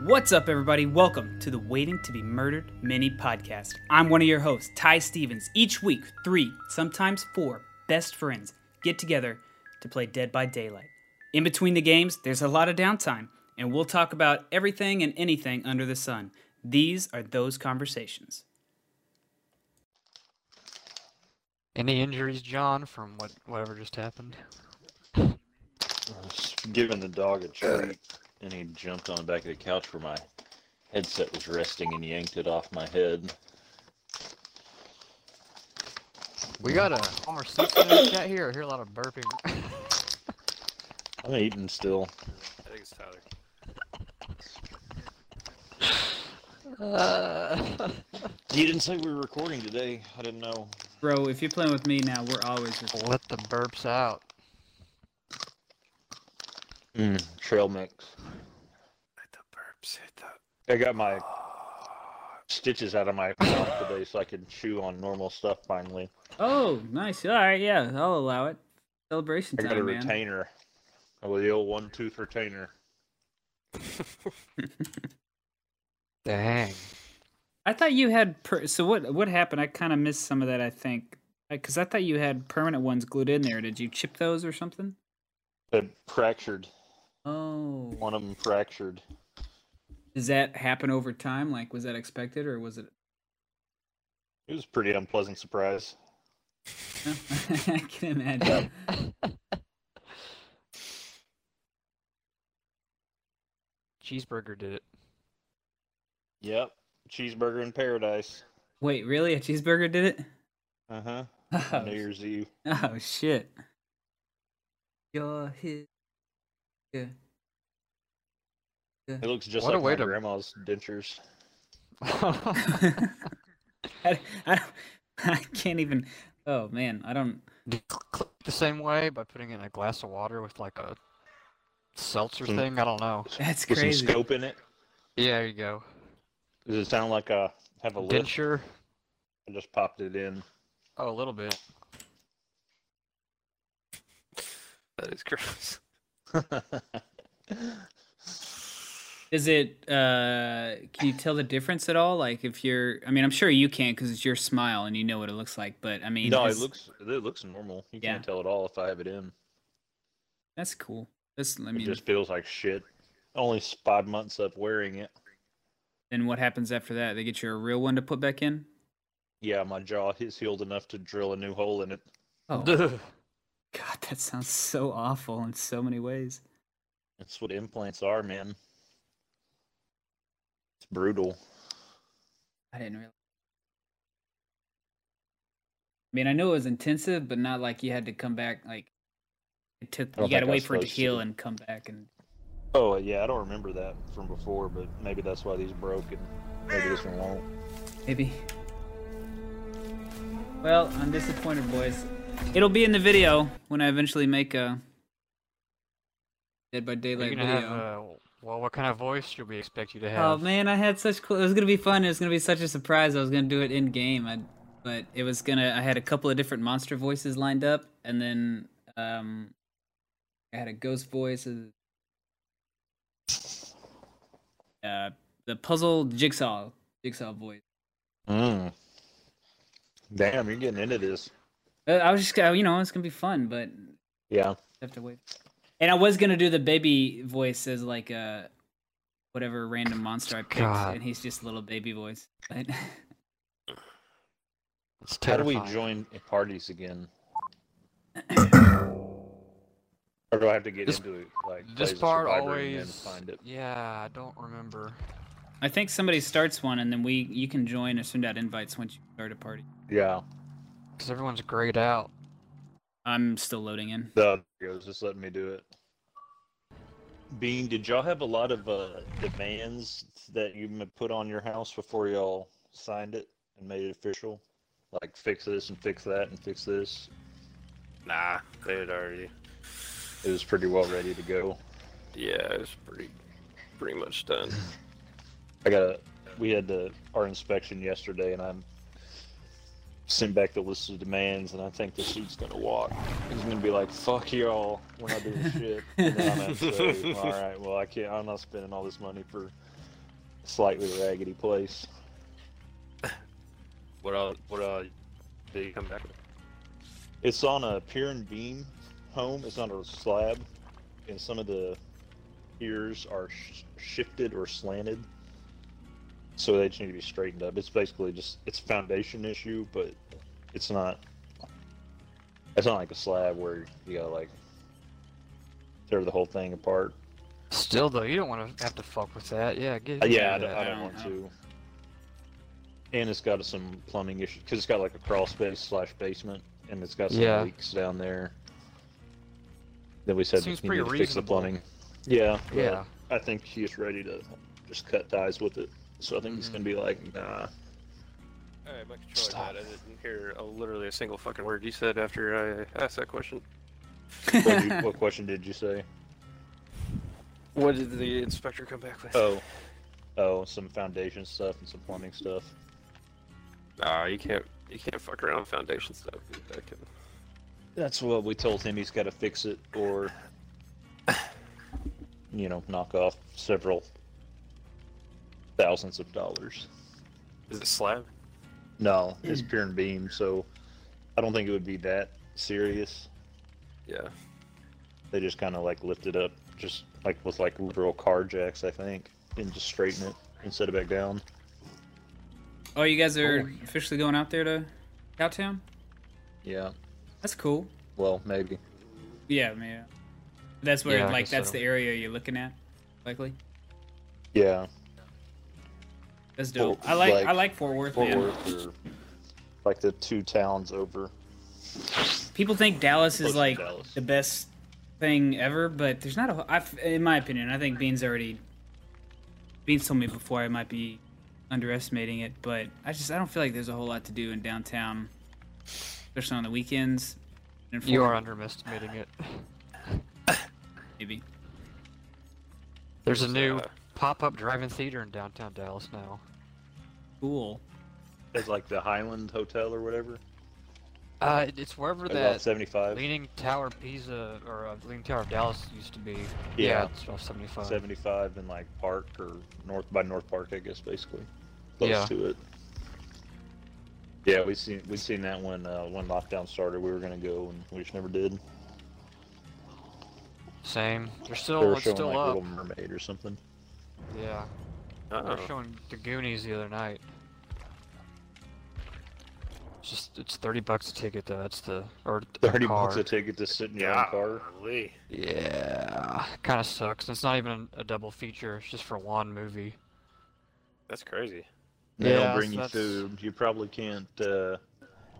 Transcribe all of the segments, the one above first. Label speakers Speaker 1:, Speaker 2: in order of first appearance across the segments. Speaker 1: What's up, everybody? Welcome to the Waiting to Be Murdered mini podcast. I'm one of your hosts, Ty Stevens. Each week, three, sometimes four, best friends get together to play Dead by Daylight. In between the games, there's a lot of downtime, and we'll talk about everything and anything under the sun. These are those conversations.
Speaker 2: Any injuries, John, from what whatever just happened?
Speaker 3: I was giving the dog a treat, and he jumped on the back of the couch where my headset was resting and yanked it off my head.
Speaker 2: We got a Homer Simpson in the chat here. I hear a lot of burping.
Speaker 3: I'm eating still.
Speaker 4: I think it's Tyler.
Speaker 2: Uh,
Speaker 3: You didn't say we were recording today. I didn't know.
Speaker 1: Bro, if you're playing with me now, we're always recording.
Speaker 2: let the burps out.
Speaker 3: Mm, trail mix.
Speaker 4: Hit the burps. Hit the.
Speaker 3: I got my stitches out of my mouth today so I can chew on normal stuff finally.
Speaker 1: Oh, nice. All right, yeah, I'll allow it. Celebration
Speaker 3: I got a
Speaker 1: time, man.
Speaker 3: retainer. Oh, the old one tooth retainer.
Speaker 2: Dang.
Speaker 1: I thought you had per- so what what happened? I kind of missed some of that. I think because I thought you had permanent ones glued in there. Did you chip those or something?
Speaker 3: It fractured.
Speaker 1: Oh,
Speaker 3: One of them fractured.
Speaker 1: does that happen over time? Like, was that expected or was it?
Speaker 3: It was a pretty unpleasant surprise.
Speaker 1: No? I can imagine.
Speaker 2: Cheeseburger did it.
Speaker 3: Yep. Cheeseburger in paradise.
Speaker 1: Wait, really? A cheeseburger did it?
Speaker 3: Uh huh.
Speaker 1: Oh,
Speaker 3: New Year's Eve.
Speaker 1: oh shit! You're his. Yeah.
Speaker 3: It looks just
Speaker 2: What a
Speaker 3: like my
Speaker 2: way to-
Speaker 3: grandma's dentures.
Speaker 1: I, I, don't- I can't even. Oh man, I don't.
Speaker 2: Do you cl- click the same way by putting it in a glass of water with like a seltzer
Speaker 3: Some-
Speaker 2: thing? I don't know.
Speaker 1: That's
Speaker 3: With some
Speaker 1: crazy.
Speaker 3: scope in it.
Speaker 2: Yeah, there you go.
Speaker 3: Does it sound like I have a lift?
Speaker 2: Denture.
Speaker 3: I just popped it in.
Speaker 2: Oh, a little bit.
Speaker 4: That is gross.
Speaker 1: Is it? uh Can you tell the difference at all? Like, if you're, I mean, I'm sure you can because it's your smile and you know what it looks like. But I mean,
Speaker 3: no, it
Speaker 1: is-
Speaker 3: looks it looks normal. You
Speaker 1: Yeah.
Speaker 3: can't tell at all if I have it in.
Speaker 1: that's cool. That's, I
Speaker 3: It
Speaker 1: mean,
Speaker 3: just feels like shit. Only s- five months up wearing it.
Speaker 1: then what happens after that? They get you a real one to put back in.
Speaker 3: Yeah, my jaw is healed enough to drill a new hole in it.
Speaker 1: Oh God,
Speaker 2: Duh.
Speaker 1: that sounds so awful in so many ways.
Speaker 3: That's what implants are, man. It's brutal.
Speaker 1: I didn't really. I mean, I know it was intensive, but not like you had to come back. Like, it took.
Speaker 3: I
Speaker 1: You
Speaker 3: don't
Speaker 1: got to
Speaker 3: think I
Speaker 1: wait
Speaker 3: was
Speaker 1: for it to
Speaker 3: supposed to.
Speaker 1: heal and come back and.
Speaker 3: Oh yeah, I don't remember that from before, but maybe that's why these broke and maybe this one won't.
Speaker 1: Maybe. Well, I'm disappointed, boys. It'll be in the video when I eventually make a Dead by
Speaker 2: You're
Speaker 1: Daylight
Speaker 2: gonna
Speaker 1: video.
Speaker 2: have uh, well, what kind of voice should we expect you to
Speaker 1: oh
Speaker 2: have?
Speaker 1: man, I had such cool. It was gonna be fun. It was gonna be such a surprise. I was gonna do it in game. I, but it was gonna. I had a couple of different monster voices lined up, and then um, I had a ghost voice. and- Uh, the puzzle jigsaw, jigsaw voice.
Speaker 3: Mm. Damn, you're getting into this.
Speaker 1: Uh, I was just, gonna- you know, it's gonna be fun, but
Speaker 3: Yeah.
Speaker 1: have to wait. And I was gonna do the baby voice as like a whatever random monster I picked,
Speaker 2: God.
Speaker 1: and he's just a little baby voice. But
Speaker 2: It's
Speaker 3: How do we
Speaker 2: terrifying.
Speaker 3: join parties again? or do I have to get
Speaker 2: This-
Speaker 3: into it? Like
Speaker 2: This
Speaker 3: plays of
Speaker 2: part
Speaker 3: Survivor and then
Speaker 2: always.
Speaker 3: find it.
Speaker 2: Yeah, I don't remember.
Speaker 1: I think somebody starts one, and then we you can join or send out invites once you start a party.
Speaker 3: Yeah.
Speaker 2: Because everyone's grayed out.
Speaker 1: I'm still loading in.
Speaker 3: The it was just letting me do it. Bean, did y'all have a lot of uh, demands that you m- put on your house before y'all signed it and made it official? Like fix this and fix that and fix this.
Speaker 4: Nah, they had already.
Speaker 3: It was pretty well ready to go.
Speaker 4: Yeah, it was pretty, pretty much done.
Speaker 3: I got a. We had the, our inspection yesterday, and I'm sent back the list of demands, and I think the suit's gonna walk. He's gonna be like, "Fuck y'all," when I do the shit. And then I'm gonna say, "All right, well, I can't. I'm not spending all this money for slightly raggedy place.
Speaker 4: What all? What all? Did you come back? with?
Speaker 3: It's on a pier and beam home. It's on a slab, and some of the piers are sh- shifted or slanted, so they just need to be straightened up. It's basically just it's a foundation issue, but it's not. It's not like a slab where you gotta like tear the whole thing apart.
Speaker 2: Still though, you don't want to have to fuck with that. Yeah, get.
Speaker 3: Uh, yeah, I
Speaker 2: rid
Speaker 3: don't,
Speaker 2: of
Speaker 3: I
Speaker 2: that.
Speaker 3: don't
Speaker 1: I
Speaker 3: want
Speaker 1: don't
Speaker 3: to. And it's got some plumbing issues because it's got like a crawl space slash basement, and it's got some
Speaker 2: Yeah.
Speaker 3: leaks down there. Then we said
Speaker 2: Seems
Speaker 3: we
Speaker 2: pretty
Speaker 3: need to fix the
Speaker 2: reasonable.
Speaker 3: plumbing. Yeah, but
Speaker 2: Yeah.
Speaker 3: I think he is ready to just cut ties with it. So I think he's
Speaker 2: Mhm.
Speaker 3: gonna be like, nah.
Speaker 4: All right, my controller
Speaker 3: Stop.
Speaker 4: died. I didn't hear a, literally a single fucking word you said after I asked that question.
Speaker 3: What, did you, what question did you say?
Speaker 4: What did the inspector come back with?
Speaker 3: Oh, oh, some foundation stuff and some plumbing stuff.
Speaker 4: Nah, you can't. You can't fuck around with foundation stuff. That can-
Speaker 3: That's what we told him. He's got to fix it or, you know, knock off several thousands of dollars.
Speaker 4: Is it slab?
Speaker 3: No, it's pier and beam, so I don't think it would be that serious.
Speaker 4: Yeah.
Speaker 3: They just kind of like lift it up, just like with like literal car jacks, I think, and just straighten it and set it back down.
Speaker 1: Oh, you guys are officially going out there to Cowtown?
Speaker 3: Yeah.
Speaker 1: That's cool.
Speaker 3: Well, maybe.
Speaker 1: Yeah, man. That's where,
Speaker 2: Yeah, I
Speaker 1: like,
Speaker 2: guess
Speaker 1: that's
Speaker 2: so.
Speaker 1: the area you're looking at, likely.
Speaker 3: Yeah.
Speaker 1: That's dope.
Speaker 3: Well,
Speaker 1: I like,
Speaker 3: like,
Speaker 1: I like Fort Worth.
Speaker 3: Fort
Speaker 1: man.
Speaker 3: Worth or like the two towns over.
Speaker 1: People think Dallas
Speaker 3: Close
Speaker 1: is
Speaker 3: to
Speaker 1: like
Speaker 3: Dallas.
Speaker 1: the best thing ever, but there's not a. I've, in my opinion, I think Beans already. Beans told me before I might be underestimating it, but I just I don't feel like there's a whole lot to do in downtown, especially on the weekends. And
Speaker 2: You
Speaker 1: Fort-
Speaker 2: are underestimating it.
Speaker 1: maybe.
Speaker 2: There's a new
Speaker 4: uh,
Speaker 2: pop-up drive-in theater in downtown Dallas now.
Speaker 1: Cool.
Speaker 3: It's like the Highland Hotel or whatever.
Speaker 2: Uh, it- it's wherever
Speaker 3: About
Speaker 2: that
Speaker 3: 75.
Speaker 2: Leaning Tower Pisa or uh, Leaning Tower of Dallas used to be.
Speaker 3: Yeah.
Speaker 2: it's off 75.
Speaker 3: 75 in like Park or North by North Park, I guess, basically. Close
Speaker 2: Yeah.
Speaker 3: to it. Yeah, we seen we seen that when uh, when lockdown started. We were gonna go and we just never did.
Speaker 2: Same. They're
Speaker 3: they
Speaker 2: still
Speaker 3: were
Speaker 2: it's
Speaker 3: showing
Speaker 2: still
Speaker 3: like
Speaker 2: up.
Speaker 3: Little Mermaid or something.
Speaker 2: Yeah. They were
Speaker 4: Uh-oh.
Speaker 2: showing the Goonies the other night. It's just it's 30 bucks a ticket though. That's the or a
Speaker 3: Thirty bucks
Speaker 2: car.
Speaker 3: a ticket to sit in your own car.
Speaker 4: Golly.
Speaker 2: Yeah, kind of sucks. It's not even a double feature. It's just for one movie.
Speaker 4: That's crazy.
Speaker 3: They
Speaker 2: Yeah,
Speaker 3: don't bring
Speaker 2: so
Speaker 3: you
Speaker 2: that's-
Speaker 3: food. You probably can't uh,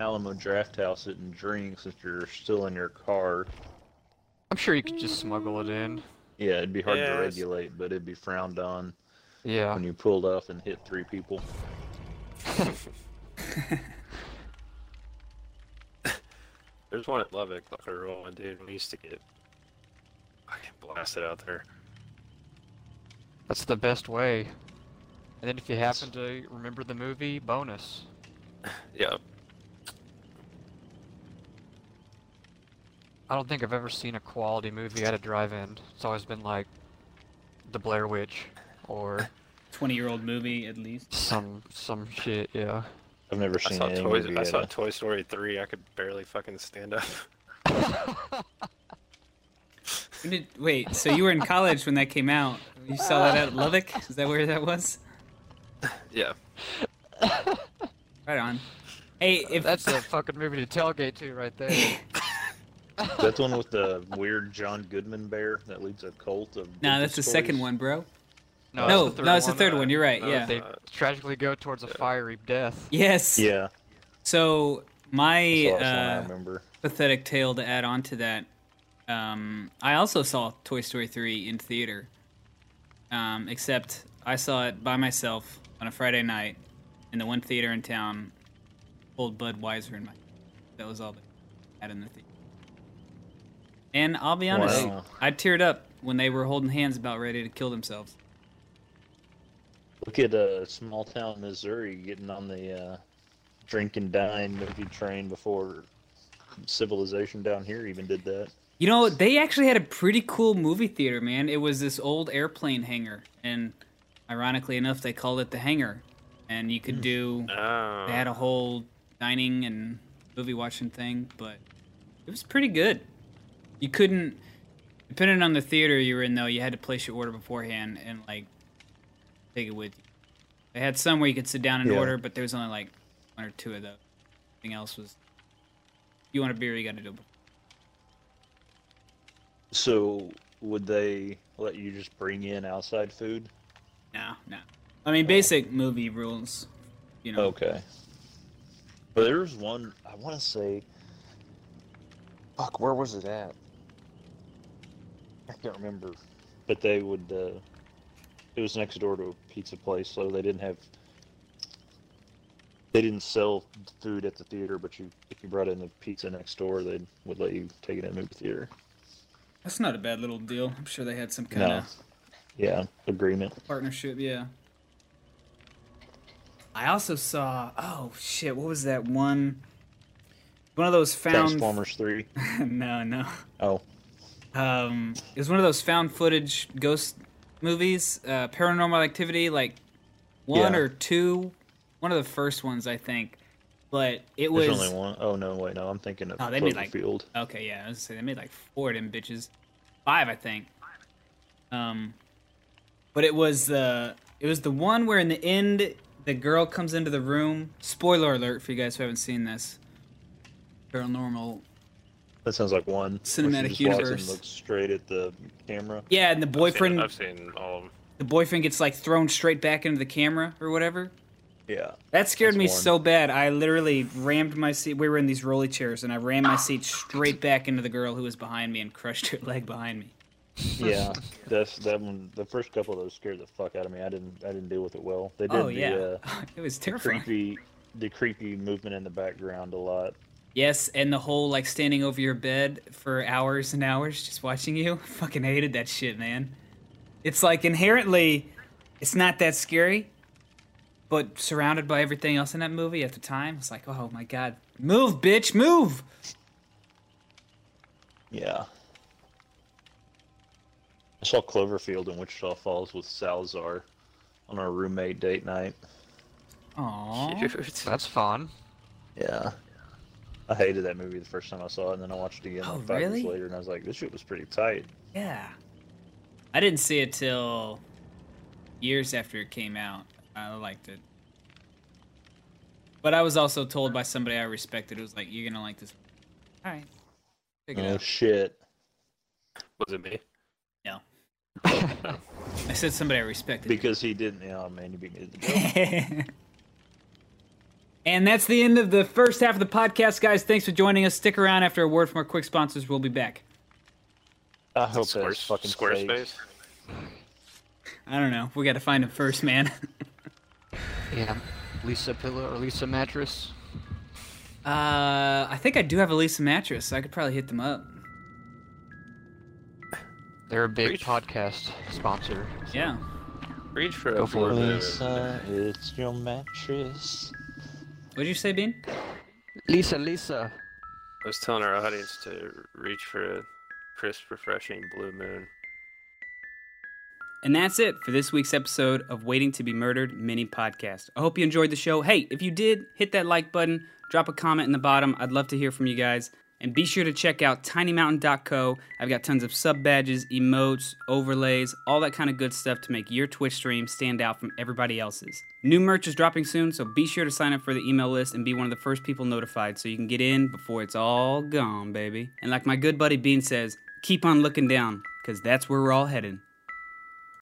Speaker 3: Alamo Draft House it and drink since you're still in your car.
Speaker 2: I'm sure you could just smuggle it in.
Speaker 3: Yeah, it'd be hard
Speaker 4: Yeah,
Speaker 3: to
Speaker 4: it's-
Speaker 3: regulate, but it'd be frowned on
Speaker 2: Yeah.
Speaker 3: when you pulled off and hit three people.
Speaker 4: There's one at Lubbock, like a real one, dude. We used to get fucking blasted out there.
Speaker 2: That's the best way. And then if you happen to remember the movie, bonus.
Speaker 4: Yeah.
Speaker 2: I don't think I've ever seen a quality movie at a drive-in. It's always been like The Blair Witch or
Speaker 1: Twenty-year-old movie at least.
Speaker 2: some some shit, yeah.
Speaker 3: I've never
Speaker 4: I
Speaker 3: seen
Speaker 4: saw
Speaker 3: any
Speaker 4: Toy.
Speaker 3: movie
Speaker 4: I
Speaker 3: at
Speaker 4: saw
Speaker 3: a-
Speaker 4: Toy Story three. I could barely fucking stand up.
Speaker 1: When did, wait, so you were in college when that came out? You saw that at Lubbock? Is that where that was?
Speaker 4: yeah.
Speaker 1: Right on. Hey, if
Speaker 2: That's a fucking movie to tailgate to right there.
Speaker 3: That's the one with the weird John Goodman bear that leads a cult of.
Speaker 1: nah,
Speaker 3: Bigfoot
Speaker 1: that's the
Speaker 3: stories.
Speaker 1: second one, bro.
Speaker 2: No,
Speaker 1: no,
Speaker 2: it's the third
Speaker 1: no, it's the
Speaker 2: one.
Speaker 1: third one. You're right.
Speaker 4: uh,
Speaker 1: yeah.
Speaker 2: They tragically go towards a fiery death.
Speaker 1: Yes.
Speaker 3: Yeah,
Speaker 1: So
Speaker 3: that's
Speaker 1: my
Speaker 3: the last one I
Speaker 1: uh,
Speaker 3: remember.
Speaker 1: pathetic tale to add on to that, um, I also saw Toy Story 3 in theater. Um, except I saw it by myself on a Friday night in the one theater in town. Old Bud Weiser in my. That was all they had in the theater. And I'll be honest,
Speaker 3: Wow.
Speaker 1: I teared up when they were holding hands about ready to kill themselves.
Speaker 3: Look at uh, small town Missouri getting on the uh, drink and dine movie train before civilization down here even did that.
Speaker 1: You know, they actually had a pretty cool movie theater, man. It was this old airplane hangar, and Ironically enough, they called it the hangar, and you could do.
Speaker 4: Oh.
Speaker 1: They had a whole dining and movie watching thing, but it was pretty good. You couldn't, depending on the theater you were in, though, you had to place your order beforehand and like take it with you. They had some where you could sit down and
Speaker 3: Yeah.
Speaker 1: order, but there was only like one or two of those. Everything else was, you want a beer, you got to do it. before.
Speaker 3: So would they let you just bring in outside food?
Speaker 1: No, no. I mean, basic movie rules, you know.
Speaker 3: Okay. But there was one I want to say. Fuck, where was it at? I can't remember. But they would. Uh, it was next door to a pizza place, so they didn't have. They didn't sell food at the theater, but you if you brought in the pizza next door, they would let you take it in the movie theater.
Speaker 1: That's not a bad little deal. I'm sure they had some kind
Speaker 3: No.
Speaker 1: of
Speaker 3: Yeah, agreement.
Speaker 1: partnership, yeah. I also saw oh shit, what was that one one of those found
Speaker 3: Transformers Three.
Speaker 1: no, no.
Speaker 3: Oh,
Speaker 1: Um it was one of those found footage ghost movies, uh paranormal activity like one
Speaker 3: Yeah.
Speaker 1: or two, one of the first ones I think. But it was
Speaker 3: there's only one. Oh no, wait, no, I'm thinking of
Speaker 1: Oh, they made, like-
Speaker 3: Cloverfield.
Speaker 1: Okay, yeah, I was gonna say they made like four of them bitches, five I think. Um, but it was the it was the one where in the end the girl comes into the room. Spoiler alert for you guys who haven't seen this. Paranormal.
Speaker 3: That sounds like one
Speaker 1: Cinematic
Speaker 3: where she just walks and
Speaker 1: universe.
Speaker 3: Looks straight at the camera.
Speaker 1: Yeah, and the boyfriend
Speaker 4: I've seen, I've seen all of them.
Speaker 1: the boyfriend gets like thrown straight back into the camera or whatever.
Speaker 3: Yeah.
Speaker 1: That scared
Speaker 3: That's
Speaker 1: me
Speaker 3: one.
Speaker 1: so bad. I literally rammed my seat. We were in these rolly chairs, and I rammed my seat straight back into the girl who was behind me and crushed her leg behind me.
Speaker 3: Yeah. That's that one. The first couple of those scared the fuck out of me. I didn't. I didn't deal with it well. They did
Speaker 1: Oh
Speaker 3: the
Speaker 1: yeah,
Speaker 3: uh,
Speaker 1: it was
Speaker 3: the
Speaker 1: terrifying.
Speaker 3: creepy, the creepy movement in the background a lot.
Speaker 1: Yes, and the whole like standing over your bed for hours and hours just watching you. Fucking hated that shit, man. It's like inherently it's not that scary, but surrounded by everything else in that movie at the time, it's like, "Oh my god, move, bitch, move."
Speaker 3: Yeah. I saw Cloverfield in Wichita Falls with Salzar on our roommate date night.
Speaker 1: Aww.
Speaker 2: That's fun.
Speaker 3: Yeah. I hated that movie the first time I saw it, and then I watched it again
Speaker 1: Oh,
Speaker 3: like five
Speaker 1: really?
Speaker 3: years later, and I was like, "This shit was pretty tight."
Speaker 1: Yeah. I didn't see it till years after it came out. I liked it. But I was also told by somebody I respected, it was like, you're gonna like this. Alright. Check it
Speaker 3: Oh
Speaker 1: out.
Speaker 3: shit!
Speaker 4: Was it me?
Speaker 1: No. I said somebody I respected.
Speaker 3: Because he didn't. Yeah, man, you beat me to the joke.
Speaker 1: and that's the end of the first half of the podcast, guys. Thanks for joining us. Stick around after a word from our quick sponsors. We'll be back.
Speaker 3: I hope
Speaker 4: Square,
Speaker 3: that's fucking fake.
Speaker 4: Squarespace?
Speaker 1: I don't know. We got to find him first, man.
Speaker 2: Yeah. Lisa pillow or Lisa mattress.
Speaker 1: uh, I think I do have a Lisa mattress. So I could probably hit them up.
Speaker 2: They're a big
Speaker 4: Reach.
Speaker 2: podcast sponsor.
Speaker 1: Yeah.
Speaker 4: Reach for
Speaker 2: Go
Speaker 4: a
Speaker 2: for it.
Speaker 4: blue.
Speaker 3: Lisa, it's your mattress.
Speaker 1: What'd you say, Bean?
Speaker 2: Lisa, Lisa.
Speaker 4: I was telling our audience to reach for a crisp, refreshing blue moon.
Speaker 1: And that's it for this week's episode of Waiting to Be Murdered mini podcast. I hope you enjoyed the show. Hey, if you did, hit that like button, drop a comment in the bottom. I'd love to hear from you guys. And be sure to check out tinymountain.co. I've got tons of sub badges, emotes, overlays, all that kind of good stuff to make your Twitch stream stand out from everybody else's. New merch is dropping soon, so be sure to sign up for the email list and be one of the first people notified so you can get in before it's all gone, baby. And like my good buddy Bean says, keep on looking down, because that's where we're all headed.